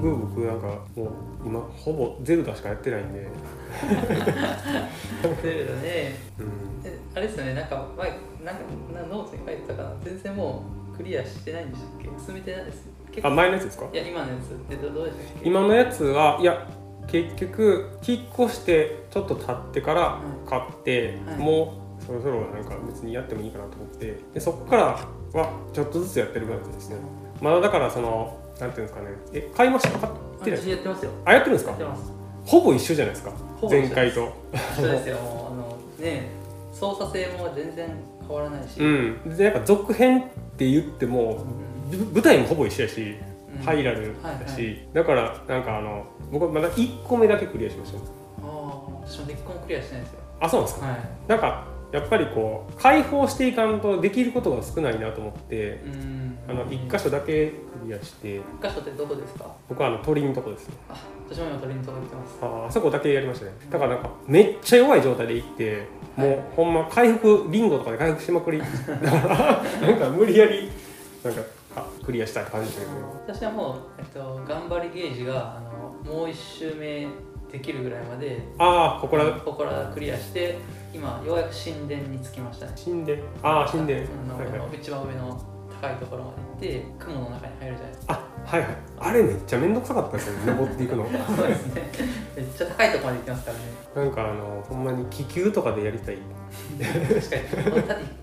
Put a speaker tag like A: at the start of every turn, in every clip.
A: グ僕なんかもう今ほぼゼルダしかやってないんで、
B: ゼルダね
A: うん、
B: えあれですよねなんか前なんかなノートに書いてたかな全然もうクリアしてないんでしたっけ進めてないです結
A: あ
B: 構
A: 前のやつですか
B: いや今のやつってどどうでしたっけ
A: 今のやつはいや結局引っ越してちょっと経ってから買って、
B: はい
A: もうそろそろなんか別にやってもいいかなと思ってでそこからはちょっとずつやってる感じですねまだだからそのなんていうんですかねえ買いました買ってない
B: 私やってますよ
A: あやってるんです
B: やって
A: か
B: ます
A: ほぼ一緒じゃないですか
B: ほぼ一緒
A: 前回と
B: 一緒ですよもうあのね操作性も全然変わらないし、
A: う
B: うん
A: んでやっぱ続編って言ってもぶ舞台もほぼ一緒やしハイラルだし、
B: はい
A: だからなんかあの僕はまだ1個目だけクリアしました
B: ああ私も一個もクリアしてないですよ
A: あそうなんですか
B: は
A: なんかやっぱりこう解放していかんとできることが少ないなと思って
B: いうん
A: あの1箇所だけクリアして
B: 一箇所ってどこですか
A: 僕はあの鳥のとこですね
B: あ私も今鳥に届いてます
A: あーあそこだけやりましたねだからなんかめっちゃ弱い状態で行ってもうほんま回復リンゴとかで回復しまくりだからなんか無理やりなんかあクリアしたい感じだけど
B: 私はもう、えっと、頑張りゲージがあのもう1周目できるぐらいまで
A: ああここら
B: ここらクリアして今ようやく神殿に着きましたね
A: 神殿ああ神殿
B: あの
A: はいはい
B: 一番上の高いところまで行って雲の中に入るじゃないですか
A: あはいはいあれめっちゃ面倒くさかったですよ ね登っていくの
B: そうですね めっちゃ高いところまで行きますからね
A: なんかあのほんまに気球とかでやりたい
B: 確かに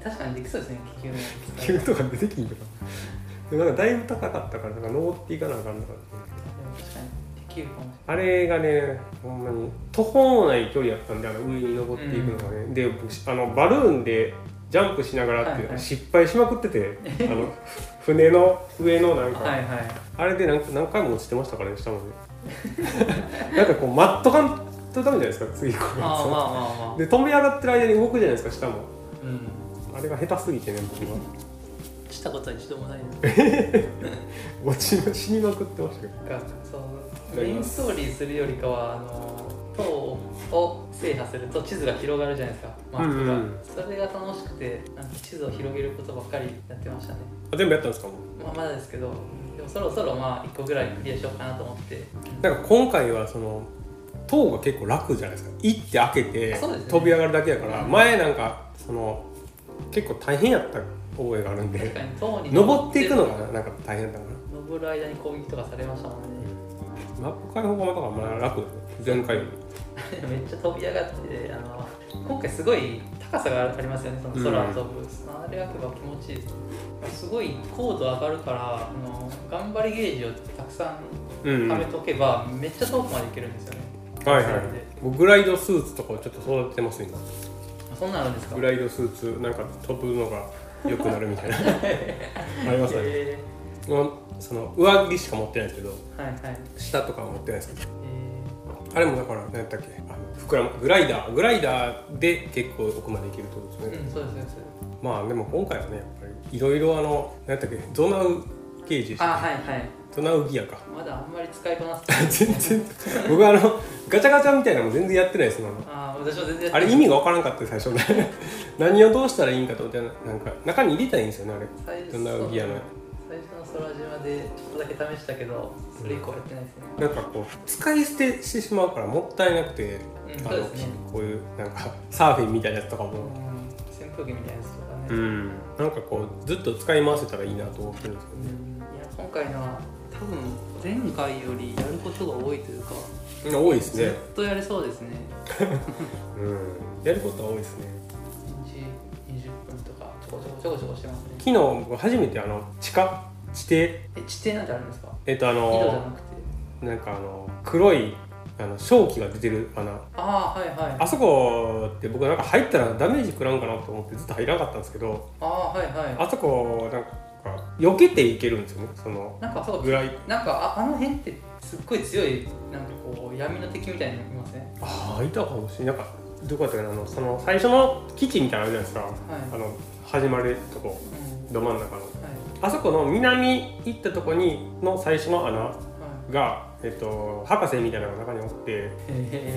B: た確かにできそうですね気球の
A: 気球とか出てきんのか なでもなんかだいぶ高かったからなんか登っていかなあかんのかな
B: 確かにできるかもしれない
A: あれがねほんまに途方もない距離やったんであの上に登っていくのがね、で僕しあのバルーンでジャンプしながらっていう
B: はいはい
A: 失敗しまくってて、 あの船の上のなんか、
B: はいはい
A: あれで何何回も落ちてましたからね下まで なんかこう待っとかんとダメじゃないですか次こう
B: あーまあまあまあ
A: で飛び上がってる間に動くじゃないですか下も
B: うん
A: あれが下手すぎてね僕 は
B: したことは一度もないです
A: 落ちま死にまくってましたけど
B: がそうメ
A: り
B: イン
A: ます
B: ストーリーするよりかはあの塔を制覇すると地図が広がるじゃないですかマップが、
A: うんうん
B: それが楽しくてなんか地図を広げることばっかりやってましたね、
A: あ全部やったんですかもう
B: まあ、まだですけどでもそろそろまあ1個ぐらいクリアしようかなと思って
A: なんか今回はその塔が結構楽じゃないですか行って開けて、
B: あそうですね
A: 飛び上がるだけだから、
B: うん
A: 前なんかその結構大変やった覚えがあるん
B: 確
A: で
B: かに塔に
A: 登っていくのがなんか大変だったか
B: 登る間に攻撃とかされましたもんね
A: なマップ開放版とかまあ楽前回より
B: めっちゃ飛び上がってあの今回すごい高さがありますよねその空飛ぶ、あれがけば気持ちいいですねすごい高度上がるからあの頑張りゲージをたくさん
A: うん、うん、
B: 貯
A: は
B: め
A: い
B: とけば、めっちゃ遠くまで行けるんですよね
A: はい僕グライドスーツとかをちょっと育ててます今
B: あそんなのあるんですか
A: グライドスーツなんか飛ぶのが良くなるみたいな ありますね
B: え
A: もうその上着しか持ってないんですけど
B: ーはいはい
A: 下とかは持ってないですけど
B: え
A: あれもだから何やったっけあの膨らむグライダーグライダーで結構奥まで行けるってことですね、
B: ーうんそうですそうです
A: まあでも今回はねやっぱりいろいろあの何やったっけゾナウゲージでし
B: あ
A: たっ
B: はいはい
A: けゾナウギアか
B: まだあんまり使いこなせてな い
A: 全然僕あのガチャガチャみたいなのも全然やってないですもん
B: あー私は全然やって
A: あ
B: ない
A: れ意味が分からんかった最初ね何をどうしたらいいんかと思ってなんか中に入れたらいいんですよねあれ
B: 最初
A: ゾナウギアの
B: 最初の空島でちょっとだけ試したけどそれ以降やってないですね
A: なんかこう使い捨てしてしまうからもったいなくて、
B: うん
A: あ
B: そう
A: の
B: ですね
A: こういうなんかサーフィンみたいなやつとかも、
B: うん扇風機みたいなやつとかね、
A: うん、なんかこうずっと使い回せたらいいなと思ってるんですけどね
B: うんいや今回のは多分前回よりやることが多いというか
A: みんな多いです
B: ず
A: ね、
B: っとやれそうですね
A: うん、やることは多いですね
B: 1日20分とかちょこちょこちょこちょこしてますね
A: 昨日僕初めてあの地下地底
B: え地底なんてあるんですか
A: えっとあ
B: 井戸じゃな
A: の
B: くて
A: なんかあの黒いあの正気が出てる穴
B: ああはいはい
A: あそこって僕なんか入ったらダメージ食らうんかなと思ってずっと入らなかったんですけど
B: ああはいは
A: あそこなんか避けていけるんですよねその
B: いなんかそう
A: ぐらい
B: なんかああの辺ってすっごい強いなんかこう闇の敵みたいなのいません、ね、
A: ああいたかもしれないなんかどこだったかなあのその最初の基地みたいなのあるじゃないですか、
B: はい
A: あの始まるとこ
B: うん
A: ど真ん中の
B: はい
A: あそこの南行ったとこにの最初の穴
B: は
A: が、えっと、博士みたいなのが中におって
B: いへ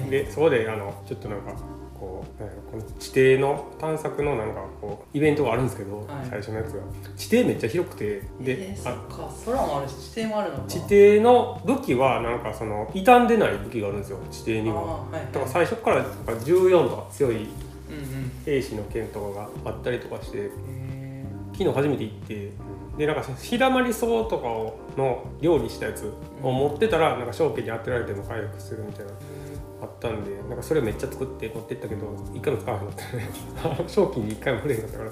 B: え
A: でそこであのちょっとなんかここうなんやろこの地底の探索のなんかこうイベントがあるんですけど、
B: はい
A: 最初のやつが地底めっちゃ広くてで、
B: えー、そ
A: あ
B: っか空もあるし地底もあるのか
A: 地底の武器はなんかその傷んでない武器があるんですよ地底には。
B: あーはいはい
A: だから最初からなんか14とか強い
B: うんうん
A: 兵士の剣とかがあったりとかして
B: へ
A: 昨日初めて行って、でなんか日だまり草とかをの料理したやつを持ってたら、なんか証券に当てられても回復するみたいなあったんでなんかそれめっちゃ作って持ってったけど一回も使わなかったね 賞金に一回も触れへんかったから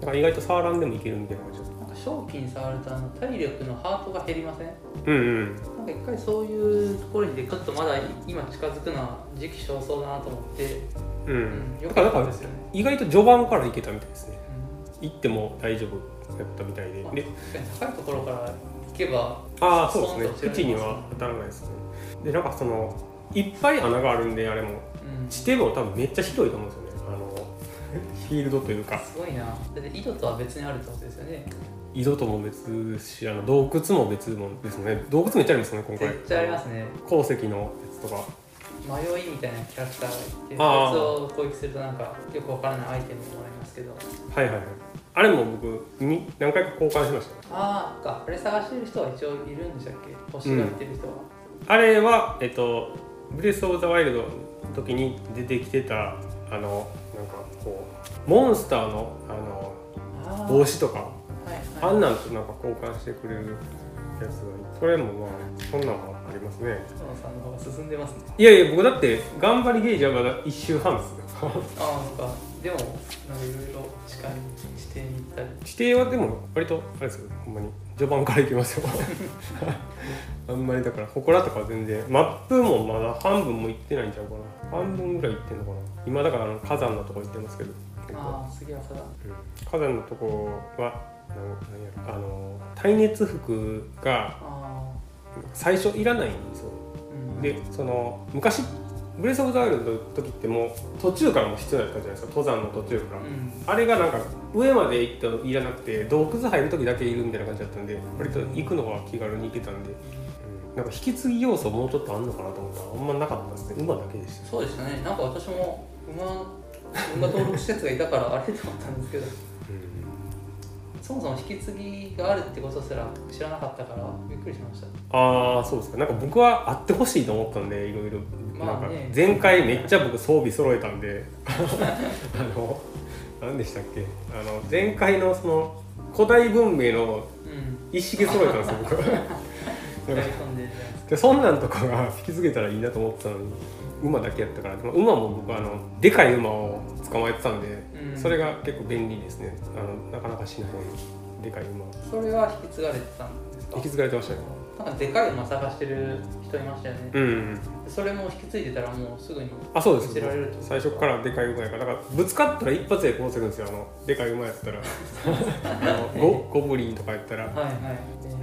A: だから意外と触らんでもいけるみたいな感じだっ
B: ーなんか正気に触るとあの体力のハートが減りません
A: たうんうん
B: なんか一回そういうところにでちょっとまだ今近づくのは時期尚早だなと思って、
A: うん、
B: うん、
A: だ
B: よか
A: から
B: っ
A: だか
B: た
A: ら
B: ですよね、
A: 意外と序盤からいけたみたいですね
B: う
A: 行っても大丈夫やったみたいで
B: んまあ、
A: で
B: 確かに高いところから行けば
A: ああそう
B: そう
A: です
B: そう
A: ね口には当たらないですねでなんかそのいっぱい穴があるんであれも
B: うん
A: 地底も多分めっちゃ広いと思うんですよねあのフィールドというか
B: すごいなだって井戸とは別にあるってことですよね
A: 井戸とも別ですしあの洞窟も別もですね洞窟めっちゃありますよね今回
B: 絶対ありますね
A: 鉱石のやつとか
B: 迷いみたいなキャラクターがいて
A: あー
B: そいつを攻撃するとなんかよくわからないアイテムもらえますけど
A: はいはいはいあれも僕に何回か交換しまし
B: ああかあれ探してる人は一応いるんでしたっけ星が見てる人は、
A: たあれはえっと「ブレス・オブ・ザ・ワイルド」の時に出てきてたあのなんかこうモンスターのあの
B: ああ
A: 帽子とか
B: はい
A: あ
B: はい
A: んなんとなんか交換してくれるやつがいてそれもまあそんなんもありますね
B: 角野さんの方が進んでますね
A: いやいや僕だって頑張りゲージはまだ1周半ですよ
B: ああそっかでもなんかいろいろ近い地底に行ったり
A: 指定はでも割とあれですよほんまに序盤からいきますよ あんまりだから祠とか全然マップもまだ半分も行ってないんちゃうかな半分ぐらい行ってんのかな今だからあの火山のとこ行ってますけど結構
B: ああ次はさだ
A: うん火山のとこはなんなんやろあの耐熱服が
B: あ
A: 最初いらないんですよ
B: あうん
A: でその昔ブレス・オブ・ザ・ワイルドの時ってもう途中からも必要だったじゃないですか登山の途中から
B: う、ん
A: あれがなんか上まで行ってもいらなくて洞窟入る時だけいるみたいな感じだったんで割と行くのは気軽に行けたんで、うんなんか引き継ぎ要素もうちょっとあんのかなと思ったらあんまなかったですね馬だけでした
B: そうでしたねなんか私も馬馬登録施設がいたから あれと思ったんですけどそもそも引き継ぎがあるってことすら知らなかったからびっくりしました
A: ああそうですかなんか僕はあってほしいと思ったんでいろいろ、
B: ま
A: な
B: あ
A: んか
B: ね
A: 前回めっちゃ僕装備揃えたんで あの何でしたっけあの前回のその古代文明の
B: うん
A: 一式揃えたんですよ僕
B: 大
A: なんか
B: 根でじゃないですか
A: でそんなんとかが引き継げたらいいなと思ってたのに馬だけやったからでも馬も僕あのでかい馬を捕まえてたんで、
B: うん
A: それが結構便利ですねあのなかなかしないでかい馬
B: それは引き継がれてたんですか
A: 引き継がれてましたよ
B: なんかでかい馬探してる人いましたよね、
A: うんうん
B: それも引き継いでたらもうすぐに
A: あそうです
B: 捨てられるってこと
A: 最初からでかい馬やからだからぶつかったら一発でこうするんですよあのでかい馬やったら あのゴゴブリンとかやったら
B: はいはいえーそうなんだ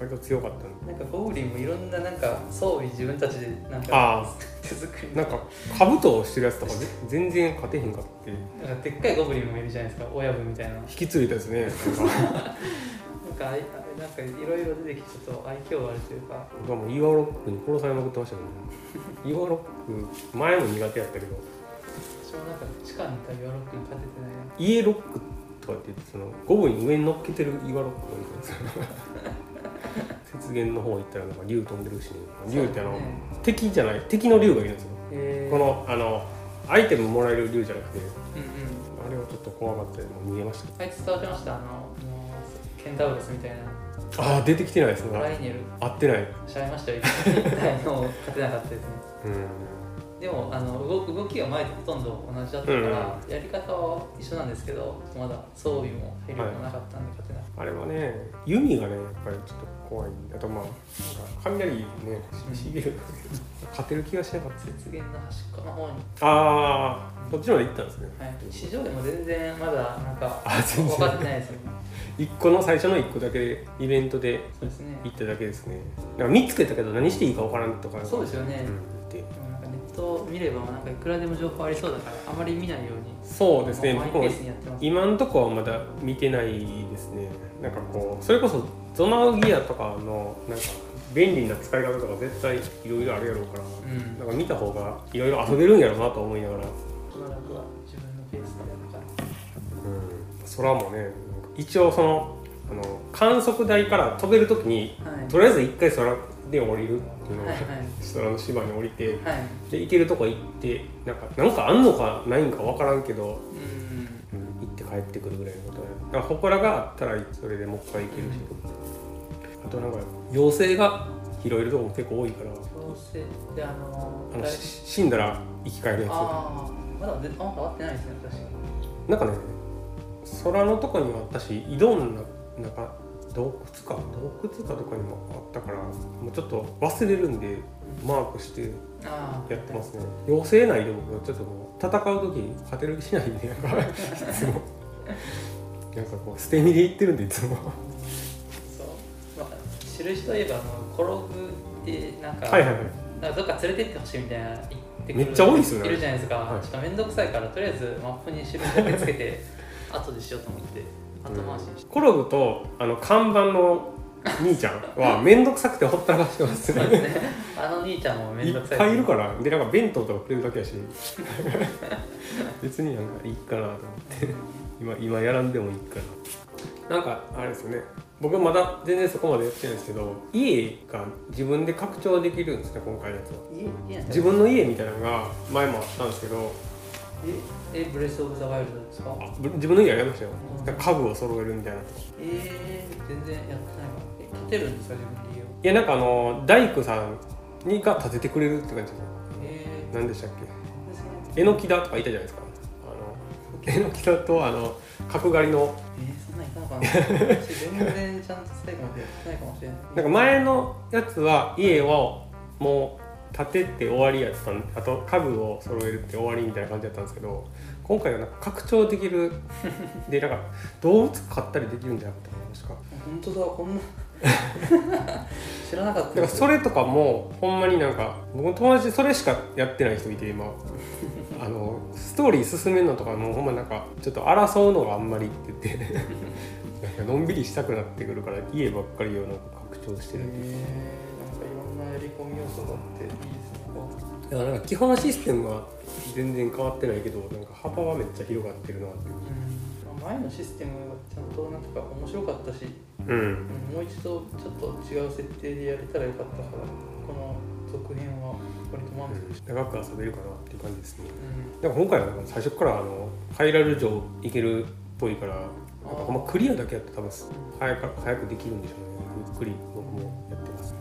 A: 割と強かったんで
B: なんかゴブリンもいろんななんか装備自分たちでなんか
A: ああ
B: 手作り
A: なんか兜をしてるやつとかぜ全然勝てへんかって
B: なんかでっかいゴブリンもいるじゃないですか親分みたいななんか
A: 引き継いだですね
B: あいあなんかいろいろ出てきてちょっと愛嬌があるというか
A: 僕はもう岩ロックに殺されまくってましたね岩ロック前も苦手やったけど
B: 私もなんか地下にいたらヨーロッパに勝ててないな
A: 家ロックとかって言ってそのゴブに上に乗っけてる岩ロックがいるんですよ 雪原の方行ったらなんか竜飛んでるし、ね、竜ってあの、
B: そうね
A: 敵じゃない敵の竜がいるんですよ
B: へえ
A: このあのアイテムもらえる竜じゃなくて
B: うんうん
A: あれはちょっと怖かったでもう逃げました
B: あいつ伝わってましたあのあのケンタウロスみたいな
A: ああ出てきてないです
B: ラ
A: ね
B: イネル
A: 合ってない
B: しゃいましたよ一回 の勝てなかったですね
A: うん
B: でもあの動く動きが前とほとんど同じだったから、やり方は一緒なんですけどまだ装備も配慮もなかったんで勝てなかっ
A: あれはね弓がねやっぱりちょっと怖いあとまあなんか雷ねしびれる勝てる気がしなかった
B: た雪原の端っこの方に、
A: ああそっちまで行ったんですね
B: はい、市場でも全然まだなんか
A: あ全
B: 分
A: 然
B: かってないですよね
A: 一個の最初の一個だけイベントで
B: そうですね
A: 行っただけですねなんか見つけたけど何していいかわからんとか
B: そうですよね、
A: う
B: でも
A: んで
B: なんかネットを見ればなんかいくらでも情報ありそうだからあまり見ないように
A: そうですね
B: もうマイ
A: 僕
B: ペ
A: も
B: ースにやってます
A: 今んとこはまだ見てないですねなんかこうそれこそゾナウギアとかのなんか便利な使い方とか絶対いろいろあるやろうから、
B: ん
A: なんか見た方がいろいろ遊べるんやろうなと思いながら、
B: しばらくは自分のペースでやるか
A: う
B: ら
A: ん、空もね一応そのあの観測台から飛べる時に
B: はい
A: とりあえず一回空で降りるっていうのを、
B: はい
A: 空の島に降りて
B: はいはい
A: で行けるとこ行ってなんかなんかあんのかないんか分からんけど、
B: うん
A: うん行って帰ってくるぐらいのことやだから祠があったらそれでもう一回行けるし、あとなんか妖精が拾えるとこも結構多いから
B: 調整であの
A: あの
B: だい
A: し死んだら生き返るやつ
B: あーまだであ変わってないですね確かに
A: なんかね空のとこにもあったし井戸の中なんか洞窟か洞窟かとかにもあったからもうちょっと忘れるんでマークして
B: ああ
A: やってますね妖精内で僕はちょっともう戦う時勝てる気しないんでなんかいつもなんかこう捨て身でいってるんでいつも
B: そうまあ知る人といえばあの転ぶってなんか,、
A: はいはいはい
B: なんかどっか連れてってほしいみたいな言ってくる
A: めっちゃ多いっすよね
B: いるじゃないですか、
A: はい
B: ちょっと面倒くさいからとりあえずマップに印だけつけて後でしようと思って後回しにして、
A: コロブとあの看板の兄ちゃん は面倒くさくてほったらかしてます
B: そう
A: ね
B: ですねあの兄ちゃんも
A: い
B: 面
A: っ
B: 倒くさい
A: ぱいいるからでなんか弁当とかくれるだけやし 別になんかいいかなと思って今今やらんでもいいかななんかあれですよね僕まだ全然そこまでやってないんですけど家が自分で拡張できるんですね今回のやつは
B: 家家なんて
A: 自分の家みたいなのが前もあったんですけど
B: ええブレス・オブ・ザ・ワイルドですか
A: あぶ自分の家やりましたよなんか家具を揃えるみたいなとか
B: えー、全然やってないわえ建てるんですか自分で家を
A: いやなんかあの大工さんにが建ててくれるって感じですね
B: え
A: 何でしたっけ
B: ー、です
A: えのきだとかいたじゃないですかあのえのきだとあの角刈りの
B: えー、そんなんいたのかな私全然ちゃんと最後までやってないかもしれない
A: なんか前のやつは家をもう建てて終わりやったんあと家具を揃えるって終わりみたいな感じだったんですけど今回はなんか拡張できるでなんか動物買ったりできるんじゃなかったかな確か
B: 本当だ こんな知らなかった
A: だからそれとかもほんまになんか僕の友達それしかやってない人いて今あのストーリー進めるのとかもほんまなんかちょっと争うのがあんまりって言ってなんかのんびりしたくなってくるから家ばっかりをなんか拡張して
B: へ
A: るっていう
B: ーなんかいろんなやり込み要素があっていいですね
A: だからなんか基本のシステムは全然変わってないけどなんか幅はめっちゃ広がってるなっていう
B: うん前のシステムはちゃんとなんとか面白かったし
A: うん
B: もう一度ちょっと違う設定でやれたらよかったからこの続編は割と満足し
A: 長く遊べるかなっていう感じですね
B: た、
A: だから今回はなんか最初からあのハイラル城行けるっぽいから
B: あー
A: なんかほんまクリアだけやったら多分早く早くできるんでしょうねゆっくり僕もやってます